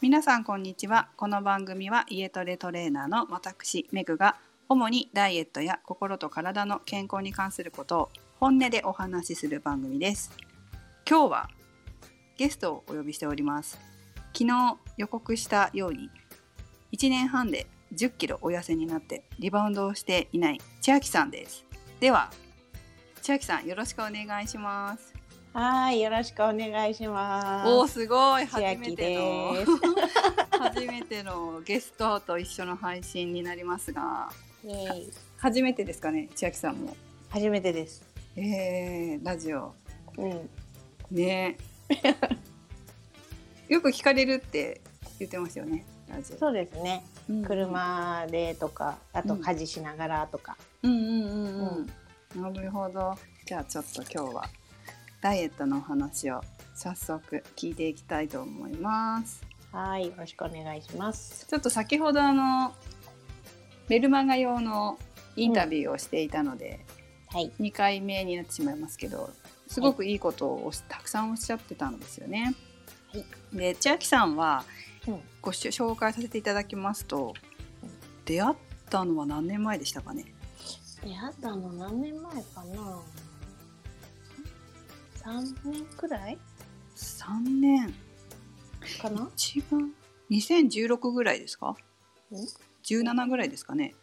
皆さんこんにちはこの番組は家トレトレーナーの私メグが主にダイエットや心と体の健康に関することを本音でお話しする番組です今日はゲストをお呼びしております昨日予告したように1年半で1 0キロお痩せになってリバウンドをしていない千秋さんですでは千秋さんよろしくお願いしますはい、よろしくお願いします。おおすごい初千め秋てのです。初めてのゲストと一緒の配信になりますがイエイ初めてですかね千秋さんも、初めてです。えー、ラジオうん。ね よく聞かれるって言ってますよねラジオ、そうですね。うん車でとか、あとうん家事しながらとか。うんうんうんうんなるほどじゃあちょっと今日はダイエットのお話を早速聞いていきたいと思いますはい、よろしくお願いします。ちょっと先ほどあのメルマガ用のインタビューをしていたので、はい。 2回目になってしまいますけどすごくいいことをおしたくさんおっしゃってたんですよね。はで千秋さんはうんごし紹介させていただきますと出会ったのは何年前でしたかね出会ったの何年前かな。三年くらい ?3 年かな。一番2016ぐらいですかん ?17 ぐらいですかね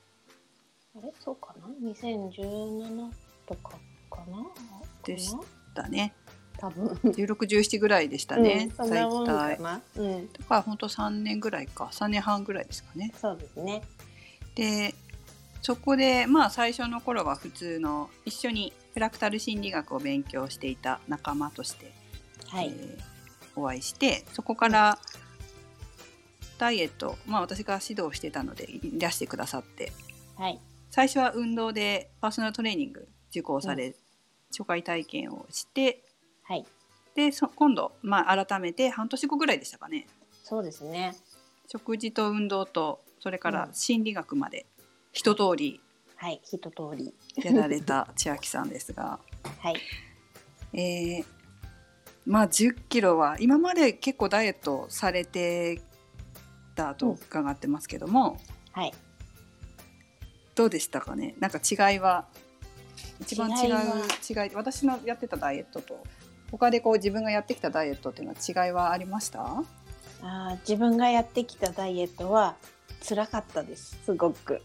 あれ、そうかな。二千十七とかかな。ですかなだね多 分。 1617ぐらいでしたね、うんそんなも大んか体。な。うん。だから本当3年ぐらいか3年半ぐらいですかね。そうですね。でそこでまあ最初の頃は普通の一緒にフラクタル心理学を勉強していた仲間として、はい。えーお会いしてそこからダイエット、まあ、私が指導してたのでいらしてくださってはい。最初は運動でパーソナルトレーニング受講され、初回体験をしてはい。でそ今度、まあ、改めて半年後ぐらいでしたかねそうですね。食事と運動とそれからうん心理学まで一通りはい、一通り。やられた千秋さんですが、はい。えーまあ1 0キロは今まで結構ダイエットされてたと伺ってますけども、はい。どうでしたかねなんか違いは一番違違いうは違い私のやってたダイエットと他でこう自分がやってきたダイエットっていうのは違いはありましたあー自分がやってきたダイエットは辛かったです。すごく。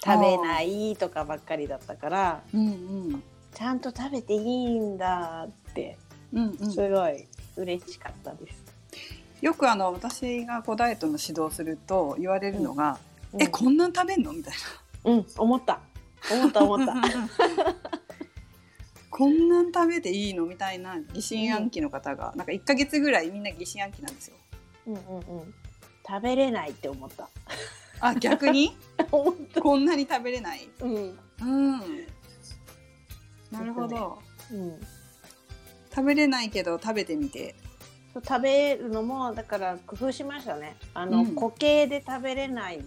食べないとかばっかりだったから、うんうんちゃんと食べていいんだって、うんうすん、ごい嬉しかったです。よくあの私がこうダイエットの指導すると言われるのが「うんえこんなん食べんの?」みたいなうん、思った。思った思った。 こんなん食べていいのみたいな疑心暗鬼の方が、なんか1ヶ月ぐらいみんな疑心暗鬼なんですよ。うんうんうん。食べれないって思った。 あ逆 に思った。こんなに食べれない。うん。うん。なるほど。うん。食べれないけど食べてみて。そう食べるのもだから工夫しましたねあの、うん固形で食べれない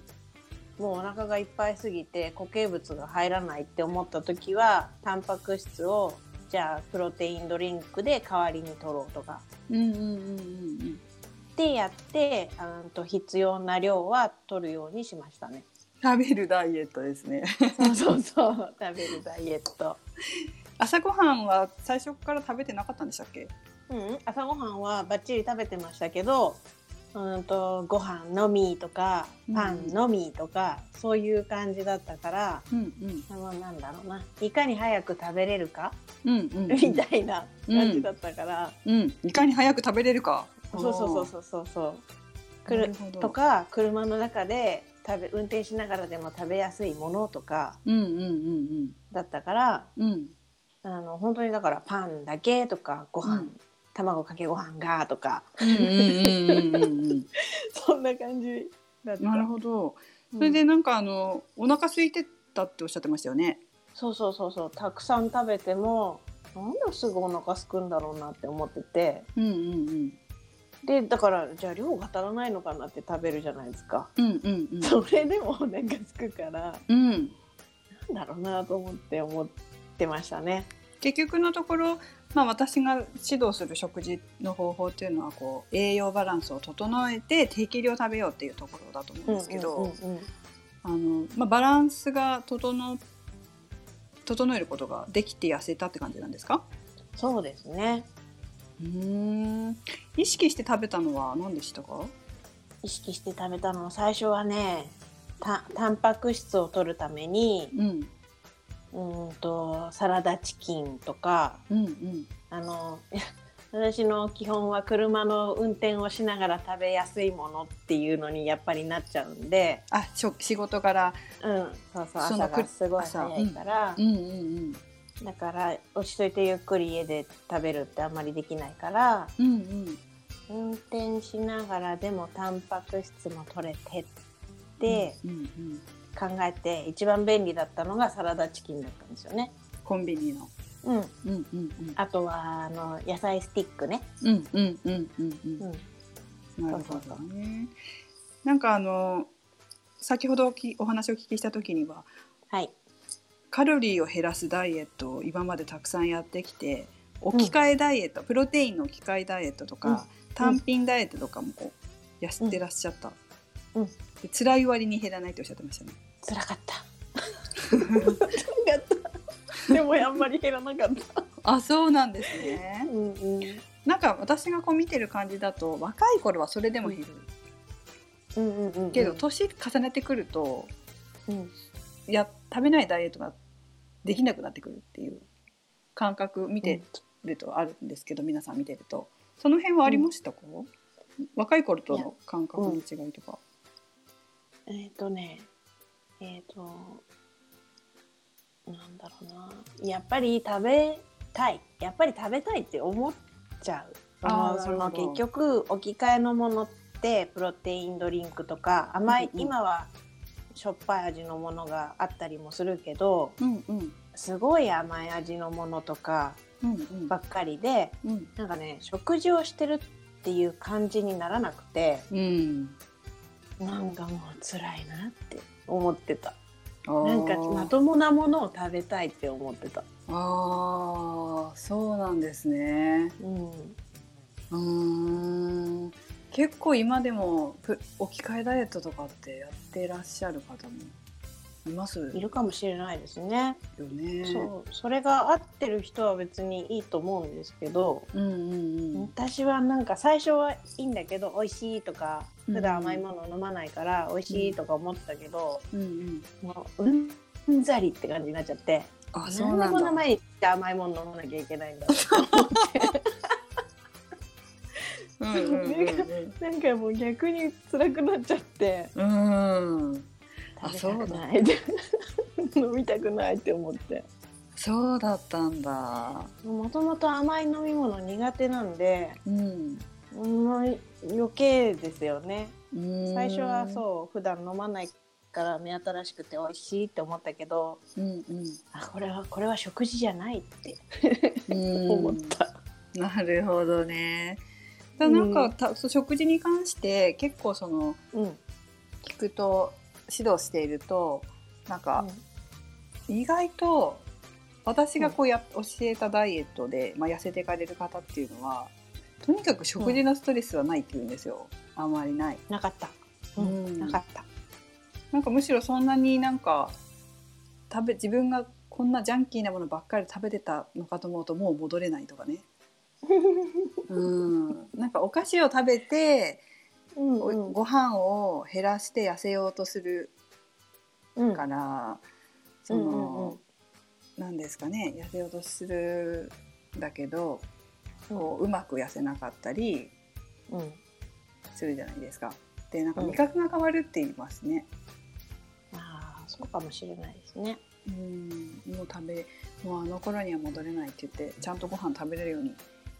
もうお腹がいっぱいすぎて固形物が入らないって思った時はタンパク質をじゃあプロテインドリンクで代わりに取ろうとかうんうんうんうんってやってうんと必要な量は取るようにしましたね食べるダイエットですね。 そうそうそう食べるダイエット朝ごはんは最初から食べてなかったんでしたっけ？うん、朝ごはんはばっちり食べてましたけどうんとご飯のみとかパンのみとか、そういう感じだったからうんうんあのなんだろうないかに早く食べれるかうんうんうみん。たいな感じだったから、うん。いかに早く食べれるか。そうそうそうそうそうそうくなるるほどとか車の中で食べ運転しながらでも食べやすいものとかうんうんうんだったからうんうん。あの本当にだからパンだけとかご飯、うん卵かけご飯がとか うんうんうんうんうんうん。そんな感じだった。なるほど。うそんれでなんかあのお腹空いてたっておっしゃってましたよね。そうそうそうそうたくさん食べてもなんですぐお腹すくんだろうなって思っててうんうんでだからじゃあ量が足らないのかなって食べるじゃないですか うん。うんうんそれでもお腹すくからうん。うん。なんだろうなと思って思ってましたね結局のところまあ、私が指導する食事の方法っていうのはこう栄養バランスを整えて適量食べようっていうところだと思うんですけど、うんうんうんうんあのまあ、バランスが整整えることができて痩せたって感じなんですかそうですねうん意識して食べたのは何でしたか意識して食べたのは最初はねたタンパク質を取るためにうんうーんとサラダチキンとかうんうんあの 私の基本は車の運転をしながら食べやすいものっていうのにやっぱりなっちゃうんで、あしょ仕事からうん、そうそうその朝くがすごい早いから、うんうんだから落ちといてゆっくり家で食べるってあんまりできないからうんうんうん運転しながらでもタンパク質も取れてってうんうん、考えて一番便利だったのがサラダチキンだったんですよね。コンビニのうん、うんうんうんあとはあの野菜スティックね。うんうんうんうんうんうんなるほどね。なんかあの先ほどおきお話をお聞きした時にははい、カロリーを減らすダイエットを今までたくさんやってきて置き換えダイエット、プロテインの置き換えダイエットとか、単品ダイエットとかもこう痩せてらっしゃった、うんで辛い割に減らないっておっしゃってましたね。辛かった。辛かった。でもあんまり減らなかった。あそうなんですうね。んうんなんか私がこう見てる感じだと若い頃はそれでも減るうんうんうん。けど年、重ねてくるとうん、いや食べないダイエットができなくなってくるっていう感覚見てるとあるんですけど、皆さん見てるとその辺はありましたか、若い頃との感覚の違いとか、えっ、とね、えっ、と、なんだろうな。やっぱり食べたい。やっぱり食べたいって思っちゃう。あーそのなるほど結局、置き換えのものって、プロテインドリンクとか、甘い、うんうん今はしょっぱい味のものがあったりもするけど、うんうんすごい甘い味のものとかうんうんばっかりで、うんなんかね、食事をしてるっていう感じにならなくて、うんなんかもう辛いなって思ってた。あーなんかまともなものを食べたいって思ってた。あーそうなんですねうん。うーん結構今でもプ置き換えダイエットとかってやってらっしゃる方もいますよいるかもしれないですね。ねそう、それが合ってる人は別にいいと思うんですけど、うんうんうん私はなんか最初はいいんだけど美味しいとかうん普段甘いものを飲まないから美味しいとか思ってたけど、うんうんもううん。うんざりって感じになっちゃって、あなそうんなでんこんだな毎日甘いもの飲まなきゃいけないんだろうと思って、うんうんなんかもう逆に辛くなっちゃって、うんうん、あ食べたくないって 飲みたくないって思って。そうだったんだ。もともと甘い飲み物苦手なんで、うん。もう余計ですよね。最初はうそう、普段飲まないから目新しくて美味しいって思ったけど、ーん。うんあ、これは、これは食事じゃないってうん。思った。うんなるほどね。だなんか、たそう食事に関して結構そのうん。聞くと指導しているとなんか意外と私がこうや、教えたダイエットで、まあ、痩せていかれる方っていうのはとにかく食事のストレスはないって言うんですよ、あんまりない。なかった。うんうんなかった。なんかむしろそんなになんか食べ自分がこんなジャンキーなものばっかり食べてたのかと思うともう戻れないとかね。うん、なんかお菓子を食べて、うんおうんご飯を減らして痩せようとするうんから、そうんの、うんうんなんですかね痩せようとするんだけどうんこううまく痩せなかったりうんするじゃないですか。でなんかうん味覚が変わるって言いますね。ああ、そうかもしれないですね。うんもう食べもうあの頃には戻れないって言ってちゃんとご飯食べれるように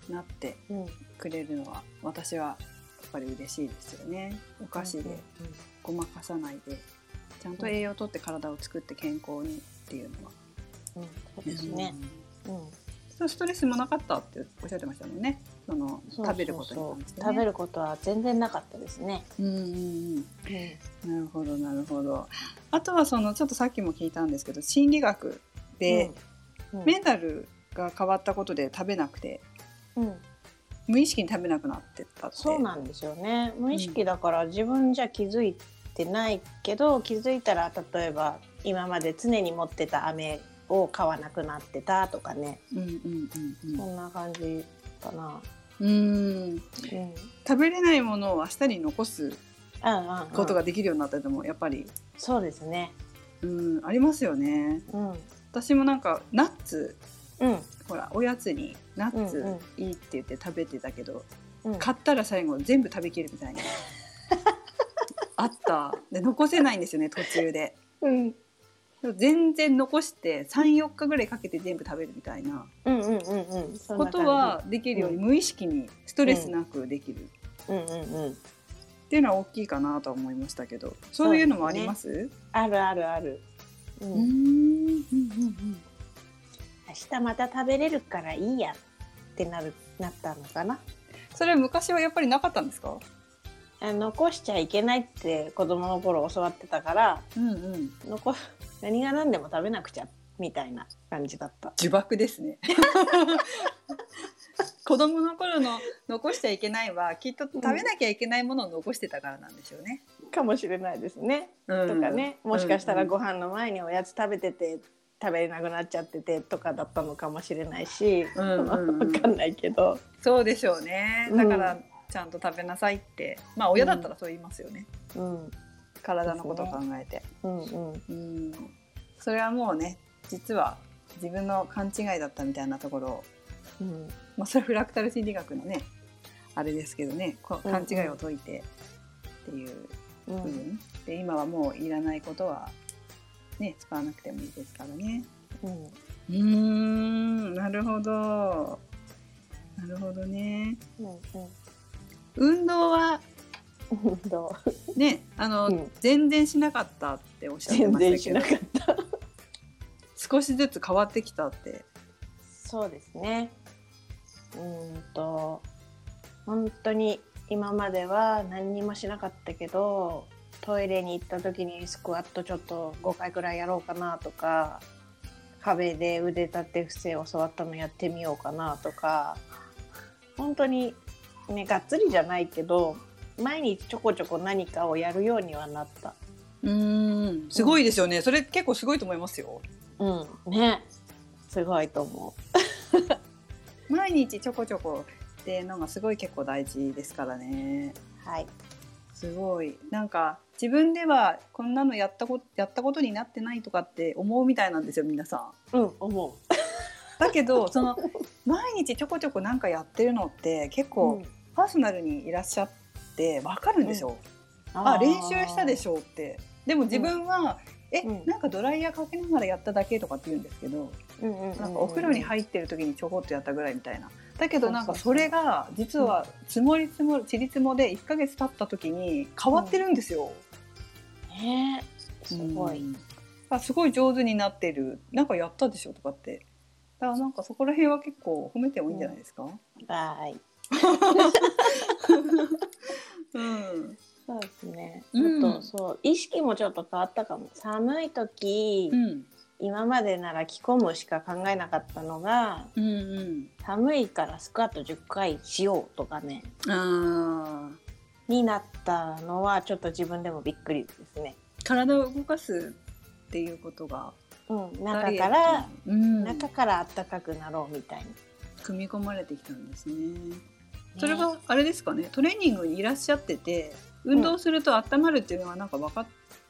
なってうん。くれるのは私はやっぱり嬉しいですよねお菓子でごまかさないでちゃんと栄養をとって体を作って健康にっていうのは、うん。うん。そうですね。うん。そうストレスもなかったっておっしゃってましたもんねそのそうそうそう食べることに関して、ね、食べることは全然なかったですね。うんうんうんうんなるほどなるほどあとはそのちょっとさっきも聞いたんですけど心理学で、うんうんメンタルが変わったことで食べなくてうん、無意識に食べなくなってったってそうなんですよね無意識だから自分じゃ気づいてないけど、気づいたら例えば今まで常に持ってた飴を買わなくなってたとかね、うんうんうんそんな感じかな。うんうんうん、うん食べれないものを明日に残すうんうんことができるようになったでもやっぱりそうですね。うんありますよねうん私もなんかナッツうんほらおやつにナッうんツうんいいって言って食べてたけど、うん。買ったら最後全部食べきるみ たいなあったで残せないんですよね途中でうん全然残して34日ぐらいかけて全部食べるみたいなうんうんうんうん。そんこな感とじはできるようにう無意識にストレスなくできるっうんうんうん。ていうのは大きいかなとは思いましたけどそういうのもありますあるあるある。う。うんーんうん明日また食べれるからいいやってなるなったのかな。それは昔はやっぱりなかったんですかあ残しちゃいけないって子供の頃教わってたからうんうん残 何が何でも食べなくちゃみたいな感じだった。呪縛です ね子供の頃の残しちゃいけないはきっと食べなきゃいけないものを残してたからなんでしょうね。かもしれないですね。うんとかね、もしかしたうらんご飯の前におやつ食べてて食べれなくなっちゃっててとかだったのかもしれないし、うんうん うん分かんないけど、そうでしょうねだからちゃんと食べなさいってまあ親だったらそう言いますよね、うん、体のことを考えてうんうんう、ん、それはもうね実は自分の勘違いだったみたいなところを、うんまあ、それはフラクタル心理学のねあれですけどねこううんう勘ん違いを解いてっていうう部ん分で今はもういらないことはね使わなくてもいいですからね。うん、うーんなるほどなるほどね。運動はうん、どうねあの、うん全然しなかったっておっしゃって全ま然したしけどなかった。少しずつ変わってきたって。そうですね。うーんと本当に今までは何にもしなかったけどトイレに行った時にスクワットちょっと5回くらいやろうかなとか壁で腕立て伏せを教わったのやってみようかなとか本当にねがっつりじゃないけど毎日ちょこちょこ何かをやるようにはなった。うーんすごいですよねそれ結構すごいと思いますよ。うん、ねすごいと思毎日ちょこちょこっていうのがすごい結構大事ですからね。う。はい、すごいなんか自分ではこんなのやったことやったことになってないとかって思うみたいなんですよ皆さん。うん、思う。だけ どその毎日ちょこちょこなんかやってるのって結構んパーソナルにいらっしゃってわかるんでしょ、あー練習したでしょうってでも自分は、うんえなんかドライヤーかけながらやっただけとかって言うんですけど、うんうんうんうんなんかお風呂に入ってる時にちょこっとやったぐらいみたいな。だけどなんかそそうそうそうれが実は積もり積もるちり積もで1ヶ月経った時に変わってるんですよ。ねえすごい、うんあすごい上手になってるなんかやったでしょとかってだからなんかそこら辺は結構褒めてもいいんじゃないですか、はーいうんそうですね、うんあとそう意識もちょっと変わったかも寒い時、うん今までなら着込むしか考えなかったのがうん寒いからスクワット10回しようとかねうんあーになったのはちょっと自分でもびっくりですね。体を動かすっていうことがうん、中から、うん、中から暖かくなろうみたいな、組み込まれてきたんですねそれはあれですかねトレーニングにいらっしゃってて運動すると温まるっていうのがなんか分かっ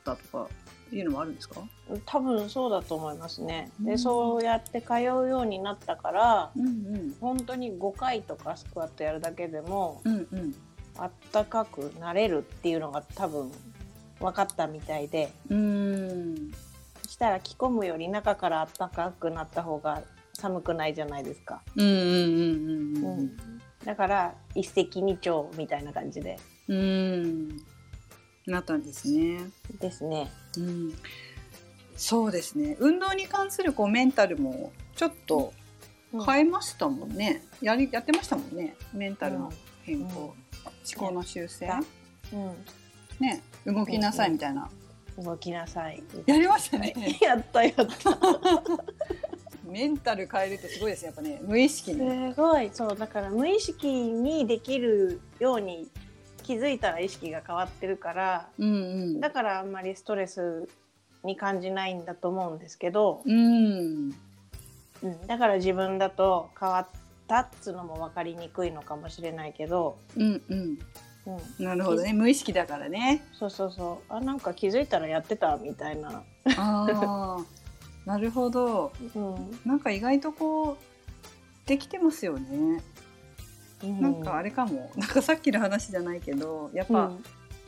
たとかいうのもあるんですか、ね多分そうだと思いますね。うでんそうやって通うようになったからうんうん本当に5回とかスクワットやるだけでもうんうんあったかくなれるっていうのが多分分かったみたいでうんそしたら着込むより中からあったかくなった方が寒くないじゃないですか、うんうんうんうんうん、うん、だから一石二鳥みたいな感じでうん、なったんですね。ですねうん、そうですね。運動に関するこうメンタルもちょっと変えましたもんね。やりやってましたもんね。メンタルの変更、うん思考の修正、やっうんね、動きなさいみたいな。 動きなさいやりましたね。 やったやったうメンタル変えるってすごいですね。やっぱね、無意識に。すごいそうだから無意識にできるように気づいたら意識が変わってるからうんうん。だからあんまりストレスに感じないんだと思うんですけど、うん。うん、だから自分だと変わったっつうのも分かりにくいのかもしれないけど、うんうん。うん、なるほどね。無意識だからね。そうそうそうあなんか気づいたらやってたみたいな、あ あ。なるほど。うんなんか意外とこう。できてますよね。なんかあれかも。なんかさっきの話じゃないけど、やっうぱん、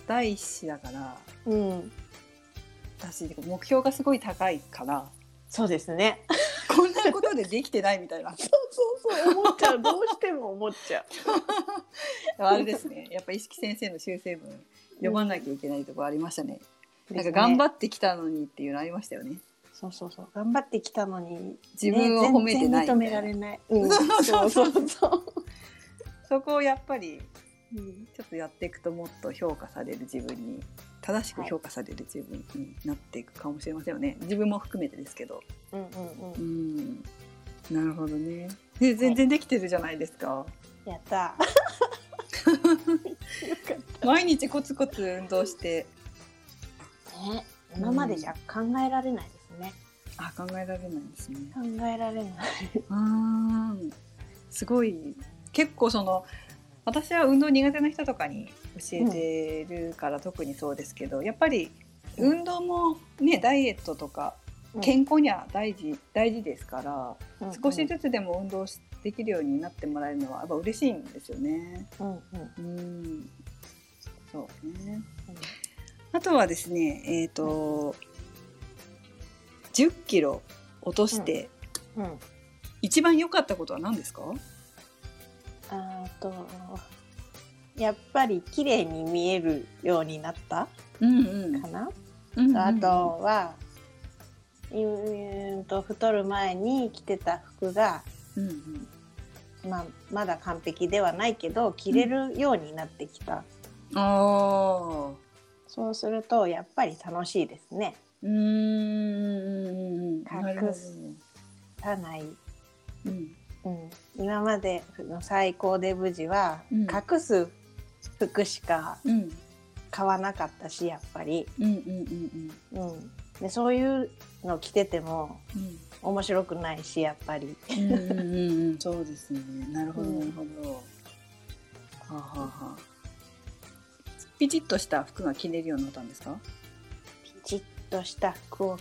第一子だから。うん、私目標がすごい高いからそうですねこんなことでできてないみたいなそうそうそう思っちゃうどうしても思っちゃうあれですねやっぱ意識先生の修正文読まなきゃいけないとこありましたね、なんか頑張っってきたのにっていうのありましたよねそうそうそう頑張ってきたのに自分を褒めてないね全然認みめたいられなない、うん、 そうそうそうそう、そこをやっぱりうん、ちょっとやっていくともっと評価される自分に正しく評価される自分になっていくかもしれませんよね自分も含めてですけどうんうんううんんなるほどねで全然できてるじゃないですか、やった毎日コツコツ運動してー、 ね、今までじゃ考えられないですね、あ考えられないんですね考えられないうーんすごい結構その私は運動苦手な人とかに教えてるから特にそうですけど、やっぱり運動もねダイエットとかうん健康には大事大事ですから、うん少しずつでも運動しできるようになってもらえるのはやっぱ嬉しいんですよね。うんうんうんうんそうねあとはですねえっ、と、10キロ落としてうん一番良かったことは何ですか、あとやっぱり綺麗に見えるようになったうんうんかな、うんうんあとはうーんと太る前に着てた服が、うんうんまあ、まだ完璧ではないけど着れるようになってきた、ああそうするとやっぱり楽しいですねうーんなるほど隠すたない、うんうん、今までの最高デブ時はうん隠す服しかうん買わなかったしやっぱり、うんうんうんうん、でそういうの着ててもうん面白くないしやっぱり、うんうんうんうんうんそうですねなるほどうんなるほど、はあはあはあピチッとした服が着れるようになったんですかピチッとした服を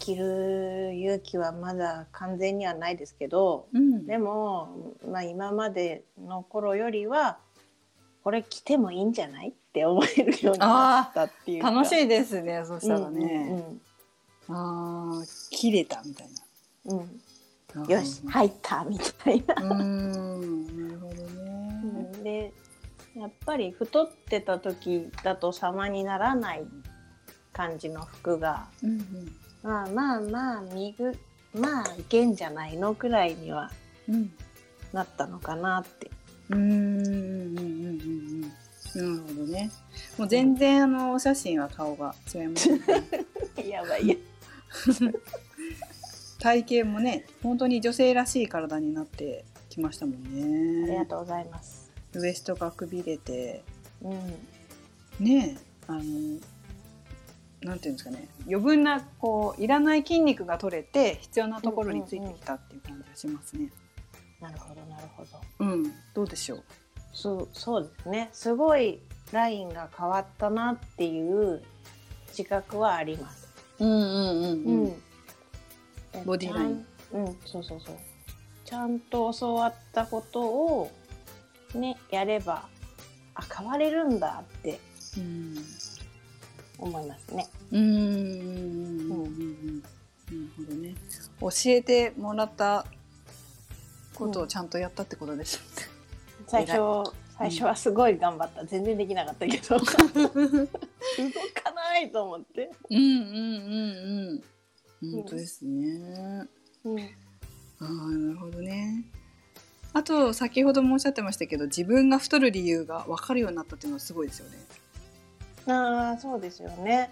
着る勇気はまだ完全にはないですけどうんでも、まあ、今までの頃よりはこれ着てもいいんじゃないって思えるようになったっていうか楽しいいですねそしたらね、ああ切れたみたいうんうんうんなよし入ったみたいな。うーんなるほどね、でやっぱり太ってた時だと様にならない感じの服がうんうんまあまあまあ右まあいけんじゃないのくらいにはうんなったのかなって。うーんうんうんうんうんなるほどねもう全然あのお写真は顔が違いますね やばいや。体型もね本当に女性らしい体になってきましたもんありがねとうございます。ウエストがくびれてうん。ねあのなんていうんですかね余分なこういらない筋肉が取れて必要なところについてきたっていう感じがしますねなるほどなるほど。うん、どうでしょうそうそうですね。すごいラインが変わったなっていう自覚はあります。うんうんうんうんうんボディライン。ちゃんうん、そうそうそう。ちゃんと教わったことをねやればあ変われるんだってうん思いますね。うーんうんうんうんなるほどね。教えてもらったことをちゃんとやったってことです。最初最初はすごい頑張った。全然できなかったけど動うんかないと思って。うんうんうん。本当ですね。うん。ああなるほどね。あと先ほどもおっしゃってましたけど自分が太る理由が分かるようになったっていうのはすごいですよね。ああそうですよね。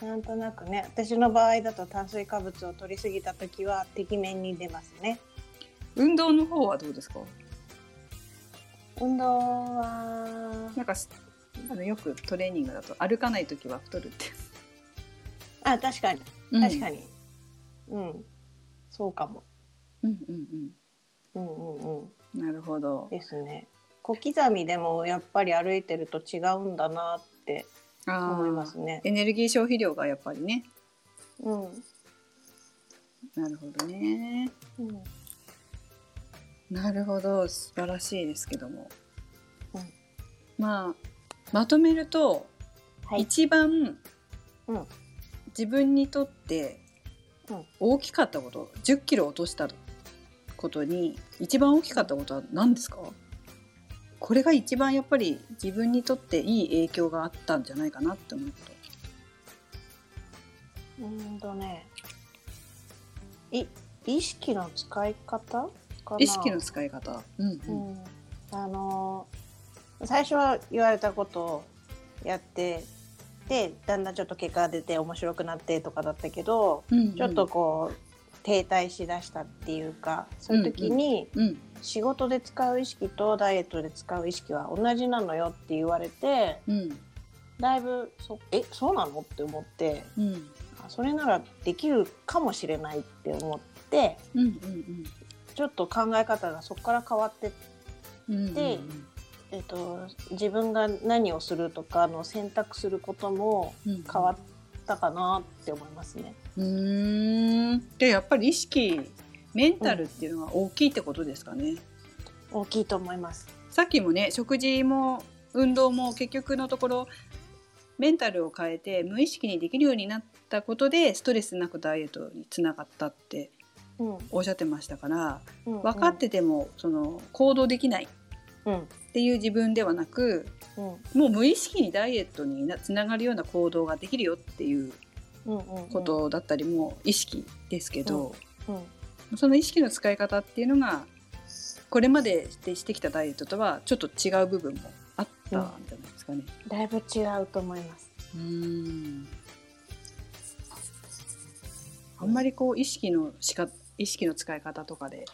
なんとなくね私の場合だと炭水化物を取りすぎた時はてきめんに出ますね運動の方はどうですか運動はなんかしあのよくトレーニングだと歩かない時は太るって、あ確かに確かにうん、そうかもうんうんうんうんうんうんなるほどですね小刻みでもやっぱり歩いてると違うんだなってあ思いますねエネルギー消費量がやっぱりねうん、なるほどねうん、なるほど素晴らしいですけども、うんまあまとめると、はい一番、うん自分にとってうん大きかったこと1 0キロ落としたことに一番大きかったことは何ですかこれが一番やっぱり自分にとっていい影響があったんじゃないかなって思うことうーんとねい意識の使い方かな意識の使い方、うんううんんあのー最初は言われたことをやってでだんだんちょっと結果が出て面白くなってとかだったけどうんうんちょっと、こう、停滞しだしたっていうかそういう時にうん、仕事で使う意識とダイエットで使う意識は同じなのよって言われてうんだいぶそえそうなのって思ってうんあそれならできるかもしれないって思ってうんうんちょっと考え方がそこから変わってっうんうんでえっと、自分が何をするとかの選択することも変変わったかなって思いますね。うーんでやっぱり意識メンタルっていうのは大きいってことですかね、大きいと思います。さっきもね食事も運動も結局のところメンタルを変えて無意識にできるようになったことでストレスなくダイエットにつながったってうん、おっしゃってましたからうん分かっ、ててもその行動できないうん、っていう自分ではなくうん、もう無意識にダイエットになつながるような行動ができるよっていううん、うん、ことだったりも意識ですけど、うん、うん、その意識の使い方っていうのがこれまでしてしてきたダイエットとはちょっと違う部分もあったんじゃないですかね。だいぶ違うと思います。うんあんまりこう意識のしか意識の使い方とかで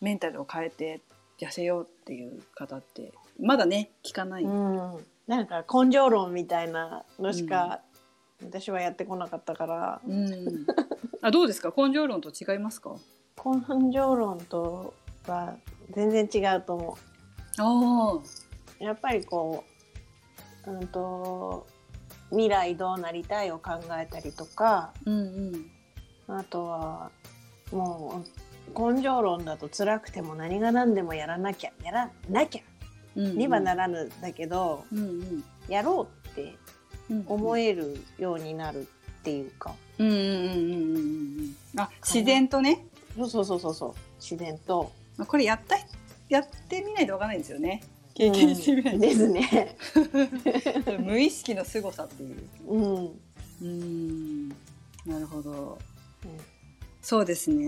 メンタルを変えて痩せようっていう方ってまだね聞かない。うん、なんか根性論みたいなのしか、私はやってこなかったから、うん、あどうですか根性論と違いますか根性論とは全然違うと思う。あやっぱりこう、うんと、未来どうなりたいを考えたりとか、うんうんあとは、もう、根性論だと辛くても何が何でもやらなきゃ、やらなきゃ、うんうん、にはならぬだけど、うんうんやろうってうんうん思えるようになるっていうか、うんうんうんうんうんうんあ自然とねそうそうそうそうそう、自然と。まあこれやったやってみないとわかんないんですよね経験してみなういんと、です ね。 無意識の凄さっていううん。うんなるほどうんそうですね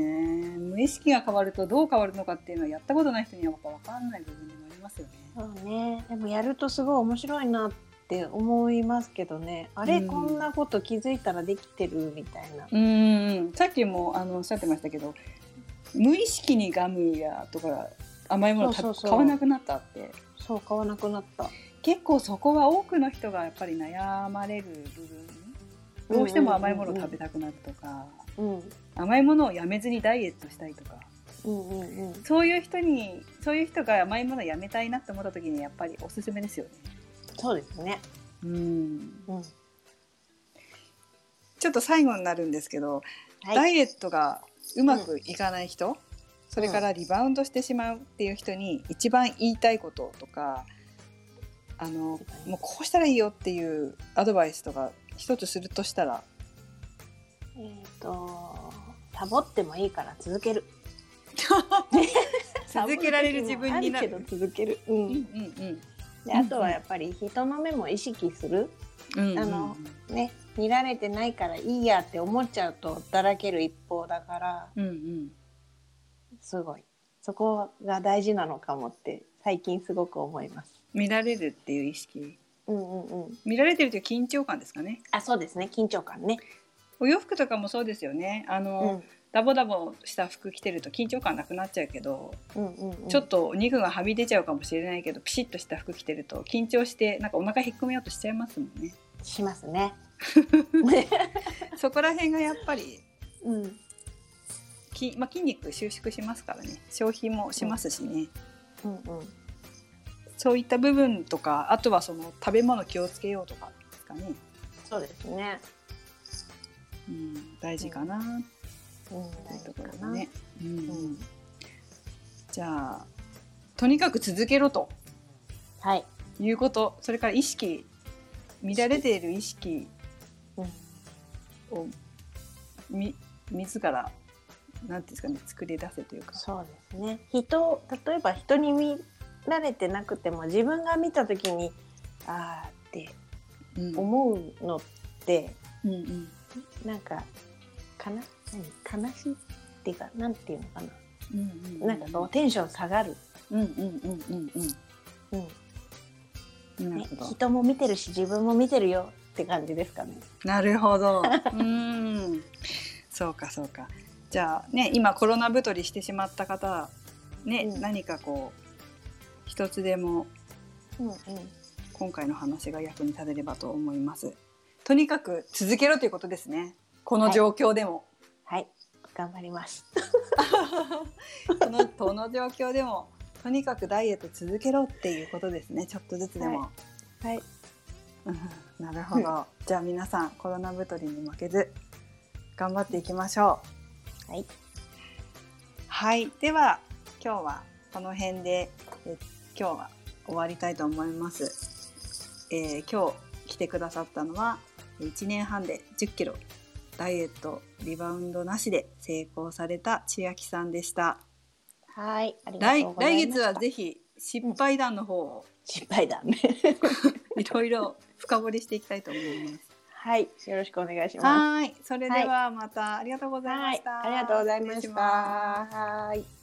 無意識が変わるとどう変わるのかっていうのはやったことない人にはやっぱわかんない部分でもありますよねそうね、でもやるとすごい面白いなって思いますけどねあれ、うんこんなこと気づいたらできてるみたいな、うんさっきもあのおっしゃってましたけど無意識にガムやとか甘いものたそうそうそう買わなくなったってそう買わなくなった結構そこは多くの人がやっぱり悩まれる部分どうしても甘いものを食べたくなるとか、うん甘いものをやめずにダイエットしたいとかうんうんうんそういう人にそういう人が甘いものをやめたいなって思った時にやっぱりおすすめですよね。そうですねうんうんはちょっと最後になるんですけど、ダイエットがうまくいかない人、それからリバウンドしてしまうっていう人に一番言いたいこととかあのもうこうしたらいいよっていうアドバイスとか一つするとしたらえっ、とサボってもいいから続ける続けられる自分になるサボ時もあるけど続ける、うん うんうんであとはやっぱり人の目も意識するうんあのね見られてないからいいやって思っちゃうとだらける一方だからうんうんすごい。そこが大事なのかもって最近すごく思います。見られるっていう意識うんうんうん。見られてるという緊張感ですかねあ、そうですね。緊張感ね。お洋服とかもそうですよねあうの、ん。ダボダボした服着てると緊張感なくなっちゃうけど、うんうんうん。ちょっとお肉がはみ出ちゃうかもしれないけどピシッとした服着てると緊張してなんかお腹引っ込めようとしちゃいますもんねしますね。 そこら辺がやっぱりうん。き、まあ、筋肉収縮しますからね消費もしますしね、うんうん。そういった部分とかあとはその食べ物気をつけようとかですかね、そうですね。うん、大事かなっうん。ていうところかだな。ね、うんうん。じゃあとにかく続けろとはい。いうことそれから意識乱れている意識うん。をみ自らなんていうんですかね作り出せというかそうですね。人、例えば人に見られてなくても、自分が見たときに、ああってうん思うのって、うんうんなんか、かな何悲しいっていうか、なんていうのかな。うんなんかこう、テンション下がる。うんうんうんうんううん。んなるねほ、 ど人も見てるし自分も見てるよって感じですかね。なるほどうーんそうかそうかじゃあね今コロナ太りしてしまった方ね、うん何かこう一つでもうんうん、今回の話が役に立てればと思いますとにかく続けろということですねこの状況でも、はい頑張ります。 このこの状況でもとにかくダイエット続けろっていうことですねちょっとずつでも、ははいうんなるほど、じゃあ皆さんコロナ太りに負けず頑張っていきましょうはい、はい、では今日はこの辺でえ今日は終わりたいと思います、えー今日来てくださったのは1年半で1 0キロダイエットリバウンドなしで成功された千秋さんでしたはいありが来とうござい来ます。月はぜひ失敗談の方を失敗だ ね。いろいろ深掘りしていきたいと思いますはいよろしくお願いします。はい、それではまたありがとうございました。ありがとうございま失し礼た。ますはい。